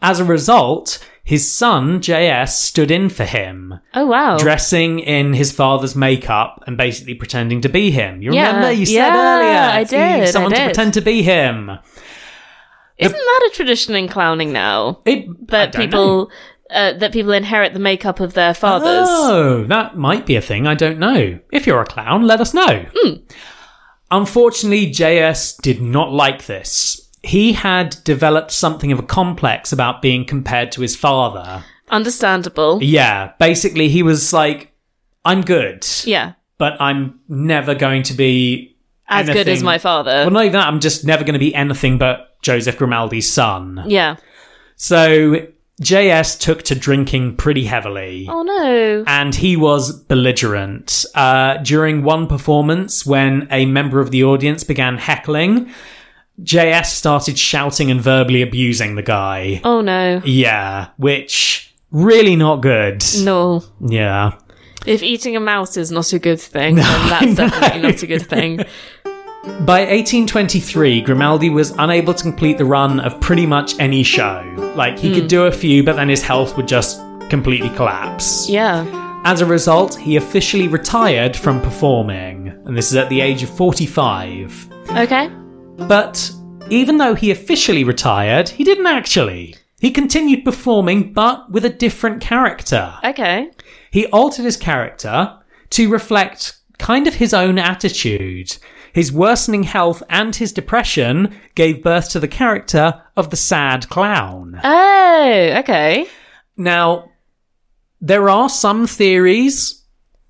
A: As a result, his son, J.S., stood in for him
B: oh wow.
A: dressing in his father's makeup and basically pretending to be him. You
B: Yeah.
A: remember you said
B: Yeah,
A: earlier,
B: I
A: if you-
B: did, I
A: Someone to
B: did.
A: pretend to be him.
B: Isn't that a tradition in clowning now?
A: It, I
B: That
A: don't know.
B: people uh, that people inherit the makeup of their fathers.
A: Oh, that might be a thing. I don't know. If you're a clown, let us know.
B: Hmm.
A: Unfortunately, JS did not like this. He had developed something of a complex about being compared to his father.
B: Understandable.
A: Yeah, basically, he was like, "I'm good,
B: Yeah.
A: but I'm never going to be
B: As good as
A: anything-
B: my father.
A: Well, not even that. I'm just never going to be anything but Joseph Grimaldi's son.
B: yeah.
A: So JS took to drinking pretty heavily.
B: Oh no.
A: And he was belligerent. Uh, during one performance, when a member of the audience began heckling, JS started shouting and verbally abusing the guy.
B: Oh no.
A: Yeah, which really not good.
B: No.
A: Yeah.
B: If eating a mouse is not a good thing, then
A: I
B: that's definitely
A: know.
B: not a good thing.
A: By 1823, Grimaldi was unable to complete the run of pretty much any show. Like, he could do a few, but then his health would just completely collapse.
B: Yeah.
A: As a result, he officially retired from performing, and this is at the age of 45.
B: Okay.
A: But even though he officially retired, he didn't actually. He continued performing, but with a different character.
B: Okay.
A: He altered his character to reflect kind of his own attitude. His worsening health and his depression gave birth to the character of the sad clown.
B: Oh, okay.
A: Now, there are some theories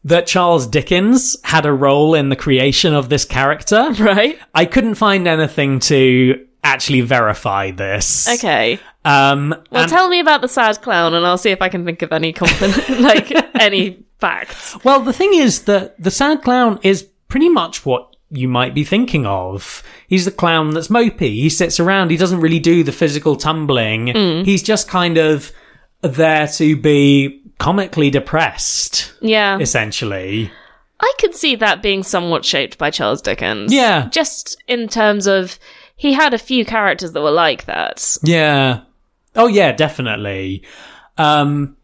A: that Charles Dickens had a role in the creation of this character.
B: Right.
A: I couldn't find anything to actually verify this.
B: Okay.
A: Um,
B: Well,
A: and-
B: tell me about the sad clown, and I'll see if I can think of any confident, like any facts.
A: well, the thing is that the sad clown is pretty much what you might be thinking of. He's the clown that's mopey. He sits around. He doesn't really do the physical tumbling.
B: Mm.
A: He's just kind of there to be comically depressed,
B: Yeah,
A: essentially.
B: I could see that being somewhat shaped by Charles Dickens.
A: Yeah.
B: just in terms of he had a few characters that were like that.
A: Yeah. Oh yeah, definitely. Um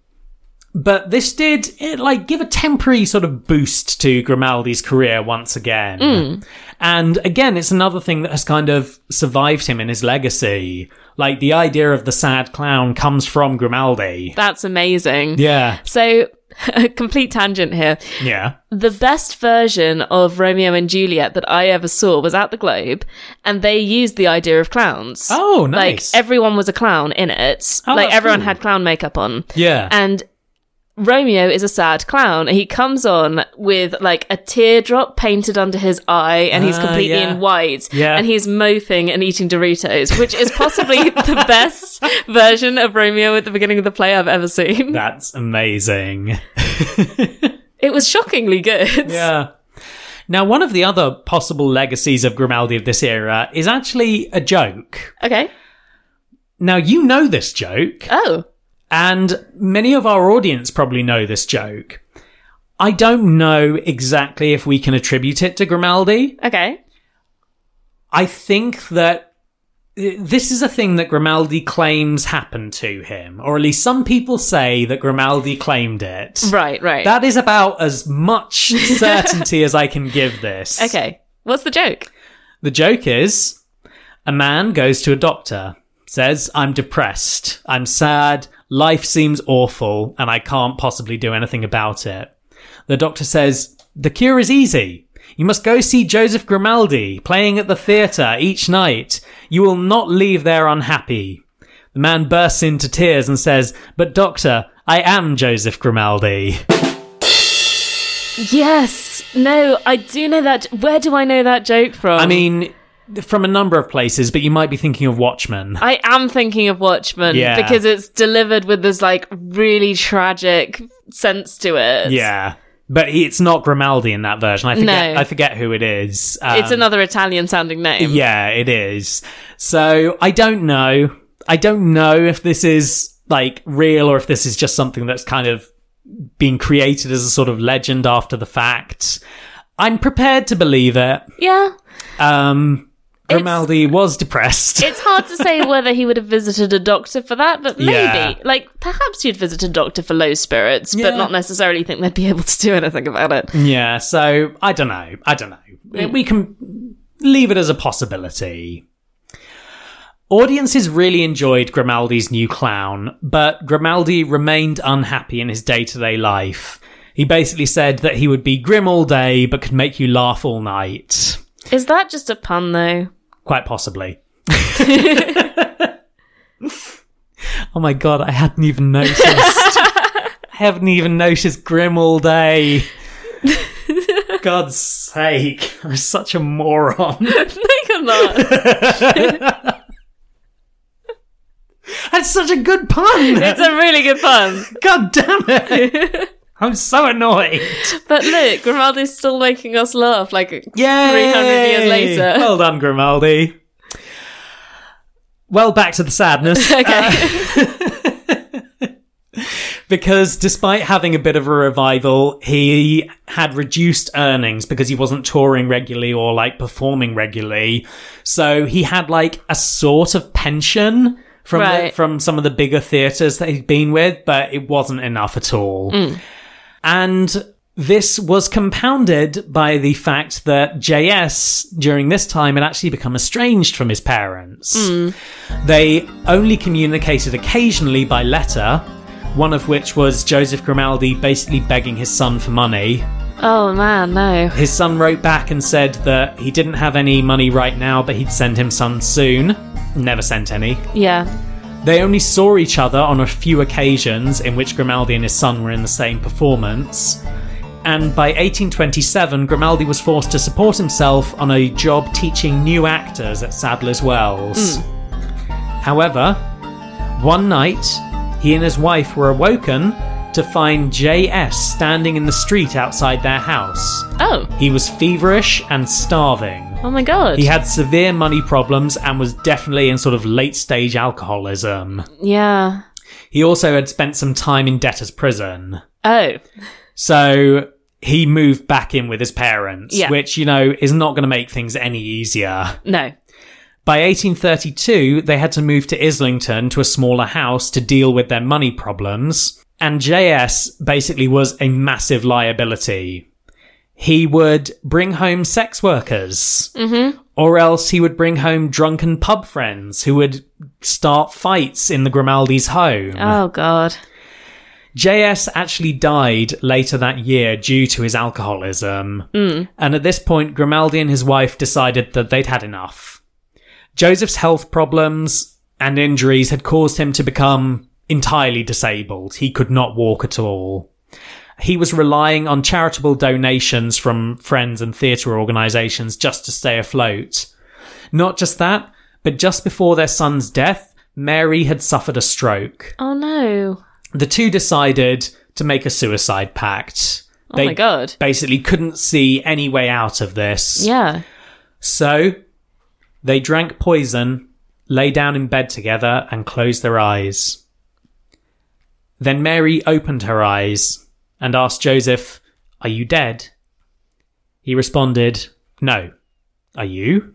A: but this did it like give a temporary sort of boost to Grimaldi's career once again.
B: Hmm.
A: And again, it's another thing that has kind of survived him in his legacy. Like the idea of the sad clown comes from Grimaldi.
B: That's amazing.
A: Yeah.
B: So, a complete tangent here.
A: Yeah.
B: The best version of Romeo and Juliet that I ever saw was at the Globe, and they used the idea of clowns.
A: Oh,
B: like
A: nice.
B: everyone was a clown in it.
A: Oh,
B: like
A: that's
B: everyone
A: cool.
B: had clown makeup on.
A: yeah.
B: and Romeo is a sad clown. He comes on with like a teardrop painted under his eye, and he's
A: Ah,
B: completely
A: yeah.
B: in white,
A: Yeah.
B: and he's moping and eating Doritos, which is possibly the best version of Romeo at the beginning of the play I've ever seen.
A: That's amazing.
B: It was shockingly good.
A: Yeah. Now, one of the other possible legacies of Grimaldi of this era is actually a joke.
B: Okay.
A: Now, you know this joke.
B: Oh,
A: And many of our audience probably know this joke. I don't know exactly if we can attribute it to Grimaldi.
B: okay.
A: I think that uh, this is a thing that Grimaldi claims happened to him, or at least some people say that Grimaldi claimed it.
B: Right, right.
A: That is about as much certainty as I can give this.
B: okay. What's the joke?
A: The joke is a man goes to a doctor, says, I'm depressed, I'm sad, life seems awful, and I can't possibly do anything about it. The doctor says, The cure is easy. You must go see Joseph Grimaldi playing at the theatre each night. You will not leave there unhappy. The man bursts into tears and says, But doctor, I am Joseph Grimaldi.
B: Yes. No, I do know that. Where do I know that joke from?
A: I mean, from a number of places, but you might be thinking of Watchmen.
B: I am thinking of Watchmen
A: Yeah.
B: because it's delivered with this like really tragic sense to it.
A: Yeah. But it's not Grimaldi in that version. I forget.
B: No.
A: I forget who it is. Um,
B: it's another Italian sounding name.
A: Yeah, it is. So I don't know. I don't know if this is like real or if this is just something that's kind of being created as a sort of legend after the fact. I'm prepared to believe it.
B: Yeah.
A: Um, Grimaldi was depressed.
B: It's hard to say whether he would have visited a doctor for that, but maybe.
A: Yeah.
B: Like, perhaps you'd visit a doctor for low spirits,
A: Yeah. Mm.
B: but not necessarily think they'd be able to do anything about it.
A: yeah, so I don't know. I don't know. We can leave it as a possibility. Audiences really enjoyed Grimaldi's new clown, but Grimaldi remained unhappy in his day to day life. He basically said that he would be grim all day but could make you laugh all night.
B: Is that just a pun, though?
A: Quite possibly. oh my god, I hadn't even noticed. I haven't even noticed Grim all day. God's sake, I'm such a moron.
B: Think I'm not.
A: That's such a good pun.
B: It's a really good pun.
A: God damn it. I'm so annoyed.
B: But look, Grimaldi's still making us laugh. Like,
A: Yeah.
B: 300 years later.
A: Well done, Grimaldi. Well, back to the sadness.
B: okay.
A: because despite having a bit of a revival, he had reduced earnings because he wasn't touring regularly or like performing regularly. So he had like a sort of pension from the,
B: Right.
A: from some of the bigger theaters that he'd been with, but it wasn't enough at all. And this was compounded by the fact that JS during this time had actually become estranged from his parents. They only communicated occasionally by letter, one of which was Joseph Grimaldi basically begging his son for money.
B: oh, man, no.
A: His son wrote back and said that he didn't have any money right now, but he'd send him some soon. Never sent any.
B: Yeah.
A: They only saw each other on a few occasions in which Grimaldi and his son were in the same performance. And by 1827, Grimaldi was forced to support himself on a job teaching new actors at Sadler's Wells. However, one night, he and his wife were awoken to find J.S. standing in the street outside their house.
B: Oh.
A: He was feverish and starving.
B: Oh, my God.
A: He had severe money problems and was definitely in sort of late stage alcoholism.
B: yeah.
A: He also had spent some time in debtor's prison.
B: Oh.
A: So he moved back in with his parents,
B: Yeah.
A: which, you know, is not going to make things any easier.
B: No.
A: By 1832, they had to move to Islington to a smaller house to deal with their money problems. And JS basically was a massive liability. He would bring home sex workers. Or else he would bring home drunken pub friends who would start fights in the Grimaldi's home.
B: Oh, God.
A: JS actually died later that year due to his alcoholism. And at this point, Grimaldi and his wife decided that they'd had enough. Joseph's health problems and injuries had caused him to become entirely disabled. He could not walk at all. He was relying on charitable donations from friends and theatre organisations just to stay afloat. Not just that, but just before their son's death, Mary had suffered a stroke
B: Oh, no.
A: the two decided to make a suicide pact.
B: Oh, my God.
A: basically couldn't see any way out of this.
B: Yeah.
A: So they drank poison, lay down in bed together, and closed their eyes. Then Mary opened her eyes and asked Joseph, Are you dead? He responded, No. Are you?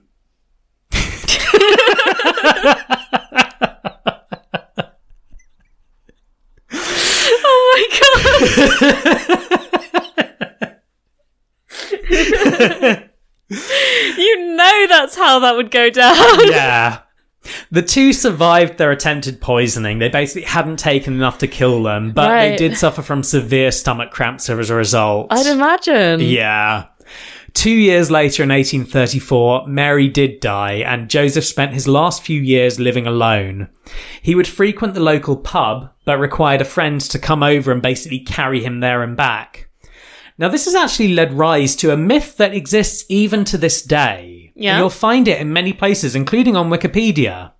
B: Oh, my God. you know that's how that would go down.
A: yeah. The two survived their attempted poisoning. They basically hadn't taken enough to kill them, but they
B: Right.
A: did suffer from severe stomach cramps as a result.
B: I'd imagine.
A: yeah. Two years later, in 1834, Mary did die, and Joseph spent his last few years living alone. He would frequent the local pub, but required a friend to come over and basically carry him there and back. Now, this has actually led rise to a myth that exists even to this day.
B: Yeah.
A: You'll find it in many places, including on Wikipedia.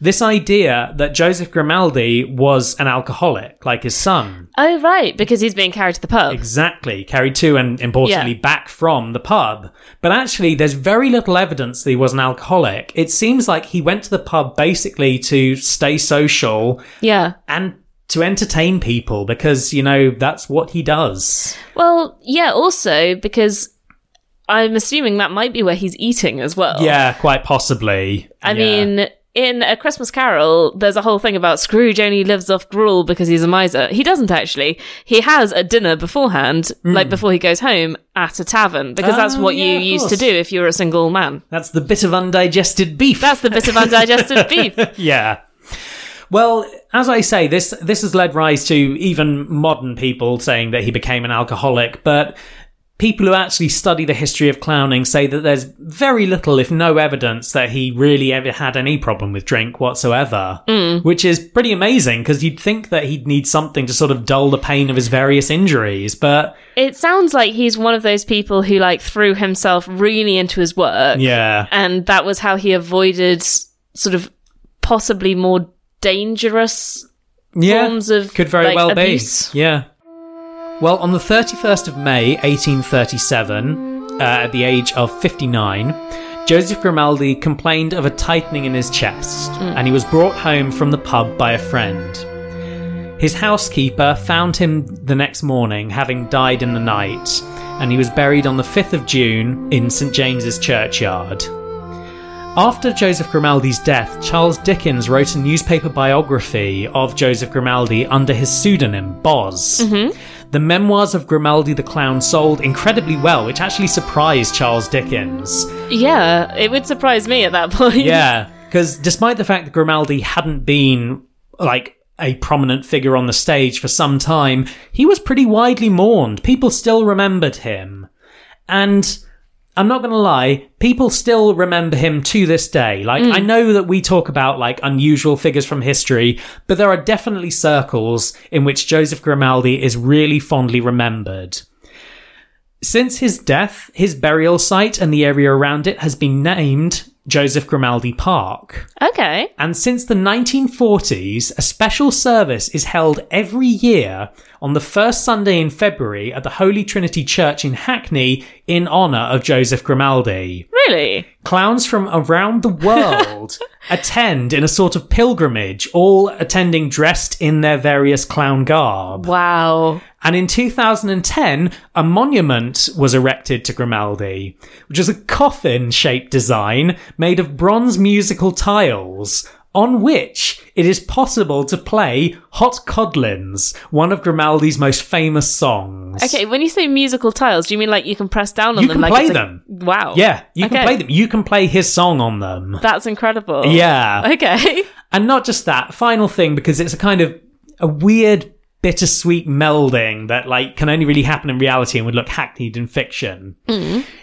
A: This idea that Joseph Grimaldi was an alcoholic, like his son.
B: Oh, right, because he's being carried to the pub.
A: Exactly, carried to and importantly
B: Yeah.
A: back from the pub. But actually, there's very little evidence that he was an alcoholic. It seems like he went to the pub basically to stay social
B: Yeah.
A: and to entertain people because, you know, that's what he does.
B: Well, yeah, also because I'm assuming that might be where he's eating as well.
A: Yeah, quite possibly.
B: Oh. I
A: Yeah.
B: mean, in A Christmas Carol, there's a whole thing about Scrooge only lives off gruel because he's a miser. He doesn't actually. He has a dinner beforehand, like before he goes home, at a tavern because that's
A: Hmm. Oh,
B: what
A: yeah,
B: you
A: of
B: used to
A: course.
B: do if you were a single man.
A: that's the bit of undigested beef.
B: That's the bit of undigested beef.
A: yeah. Well, as I say, this this has led rise to even modern people saying that he became an alcoholic, but people who actually study the history of clowning say that there's very little if no evidence that he really ever had any problem with drink whatsoever, which is pretty amazing because you'd think that he'd need something to sort of dull the pain of his various injuries, but
B: It sounds like he's one of those people who like threw himself really into his work.
A: yeah.
B: and that was how he avoided sort of possibly more dangerous
A: yeah,
B: forms of,
A: could very
B: like,
A: well
B: abuse.
A: be. Yeah. Well, on the 31st of May 1837, uh, at the age of 59, Joseph Grimaldi complained of a tightening in his chest,
B: Hmm.
A: and he was brought home from the pub by a friend. His housekeeper found him the next morning, having died in the night, and he was buried on the 5th of June in St James's Churchyard. After Joseph Grimaldi's death, Charles Dickens wrote a newspaper biography of Joseph Grimaldi under his pseudonym, Boz. The memoirs of Grimaldi the Clown sold incredibly well, which actually surprised Charles Dickens.
B: Yeah, it would surprise me at that point.
A: Yeah, because despite the fact that Grimaldi hadn't been like a prominent figure on the stage for some time, he was pretty widely mourned. People still remembered him. And I'm not going to lie, people still remember him to this day. Like, I know that we talk about like unusual figures from history, but there are definitely circles in which Joseph Grimaldi is really fondly remembered. Since his death, his burial site and the area around it has been named Joseph Grimaldi Park.
B: Okay.
A: And since the 1940s, a special service is held every year on the first Sunday in February at the Holy Trinity Church in Hackney in honour of Joseph Grimaldi.
B: Really?
A: Clowns from around the world attend in a sort of pilgrimage, all attending dressed in their various clown garb.
B: Wow.
A: And in 2010, a monument was erected to Grimaldi, which is a coffin shaped design made of bronze musical tiles, on which it is possible to play Hot Codlins, one of Grimaldi's most famous songs.
B: Okay, when you say musical tiles, do you mean like you can press down on
A: You
B: them?
A: can
B: like
A: play
B: it's a-
A: them.
B: Wow.
A: Yeah, you can
B: Okay.
A: play them. You can play his song on them.
B: That's incredible.
A: Yeah.
B: Okay.
A: And not just that, final thing, because it's a kind of a weird bittersweet melding that like can only really happen in reality and would look hackneyed in fiction.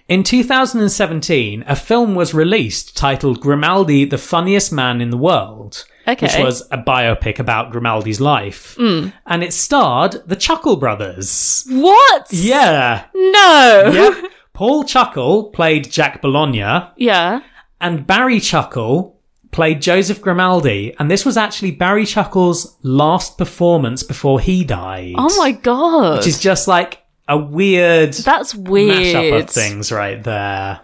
A: In 2017, a film was released titled Grimaldi, the Funniest Man in the World.
B: Okay.
A: Which was a biopic about Grimaldi's life. And it starred the Chuckle Brothers.
B: What?
A: Yeah.
B: No.
A: Yep. Paul Chuckle played Jack Bologna.
B: Yeah.
A: And Barry Chuckle played Joseph Grimaldi, and this was actually Barry Chuckle's last performance before he died.
B: Oh my god.
A: Which is just like a weird
B: That's
A: mashup
B: weird.
A: of things right there.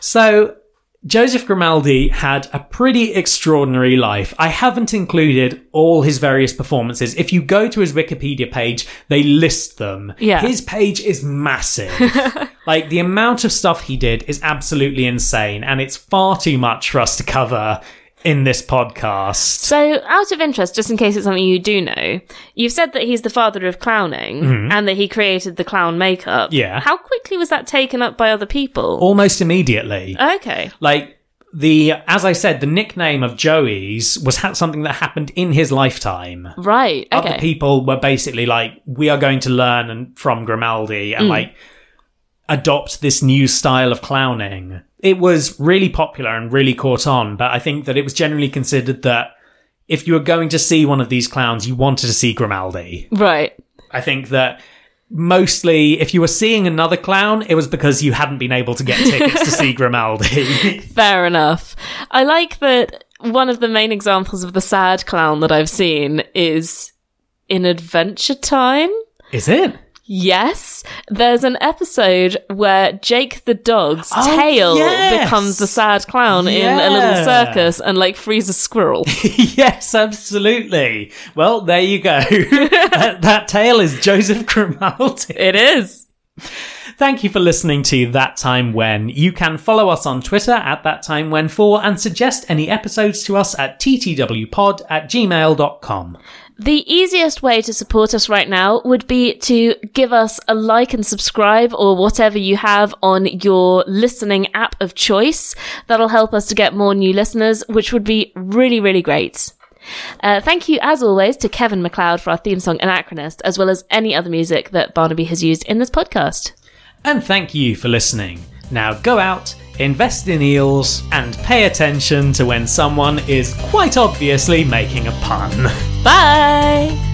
A: So Joseph Grimaldi had a pretty extraordinary life. I haven't included all his various performances. If you go to his Wikipedia page, they list them.
B: Yeah.
A: His page is massive. like the amount of stuff he did is absolutely insane and it's far too much for us to cover in this podcast.
B: So, out of interest, just in case it's something you do know, you've said that he's the father of clowning and that he created the clown makeup.
A: Mm-hmm. Yeah.
B: How quickly was that taken up by other people?
A: Almost immediately.
B: okay.
A: like the as i said the nickname of joey's was ha- something that happened in his lifetime
B: Right.
A: other
B: Okay.
A: people were basically like we are going to learn and, from grimaldi and like adopt this new style of clowning it was really popular and really caught on but i think that it was generally considered that if you were going to see one of these clowns you wanted to see grimaldi
B: Right.
A: i think that mostly if you were seeing another clown it was because you hadn't been able to get tickets to see grimaldi
B: Fair enough. I like that one of the main examples of the sad clown that I've seen is in Adventure Time.
A: Is it?
B: Yes, there's an episode where Jake the dog's
A: Oh,
B: tail
A: yes!
B: becomes the sad clown in a
A: Yeah.
B: little circus and like frees a squirrel.
A: yes, absolutely. Well, there you go. that, that tale is Joseph Grimaldi.
B: it is.
A: Thank you for listening to That Time When. You can follow us on Twitter at That Time When 4 and suggest any episodes to us at ttwpod at gmail.com.
B: The easiest way to support us right now would be to give us a like and subscribe or whatever you have on your listening app of choice. That'll help us to get more new listeners, which would be really, really great. Uh, thank you, as always, to Kevin McLeod for our theme song Anachronist, as well as any other music that Barnaby has used in this podcast.
A: And thank you for listening. Now go out, invest in eels, and pay attention to when someone is quite obviously making a pun.
B: Bye!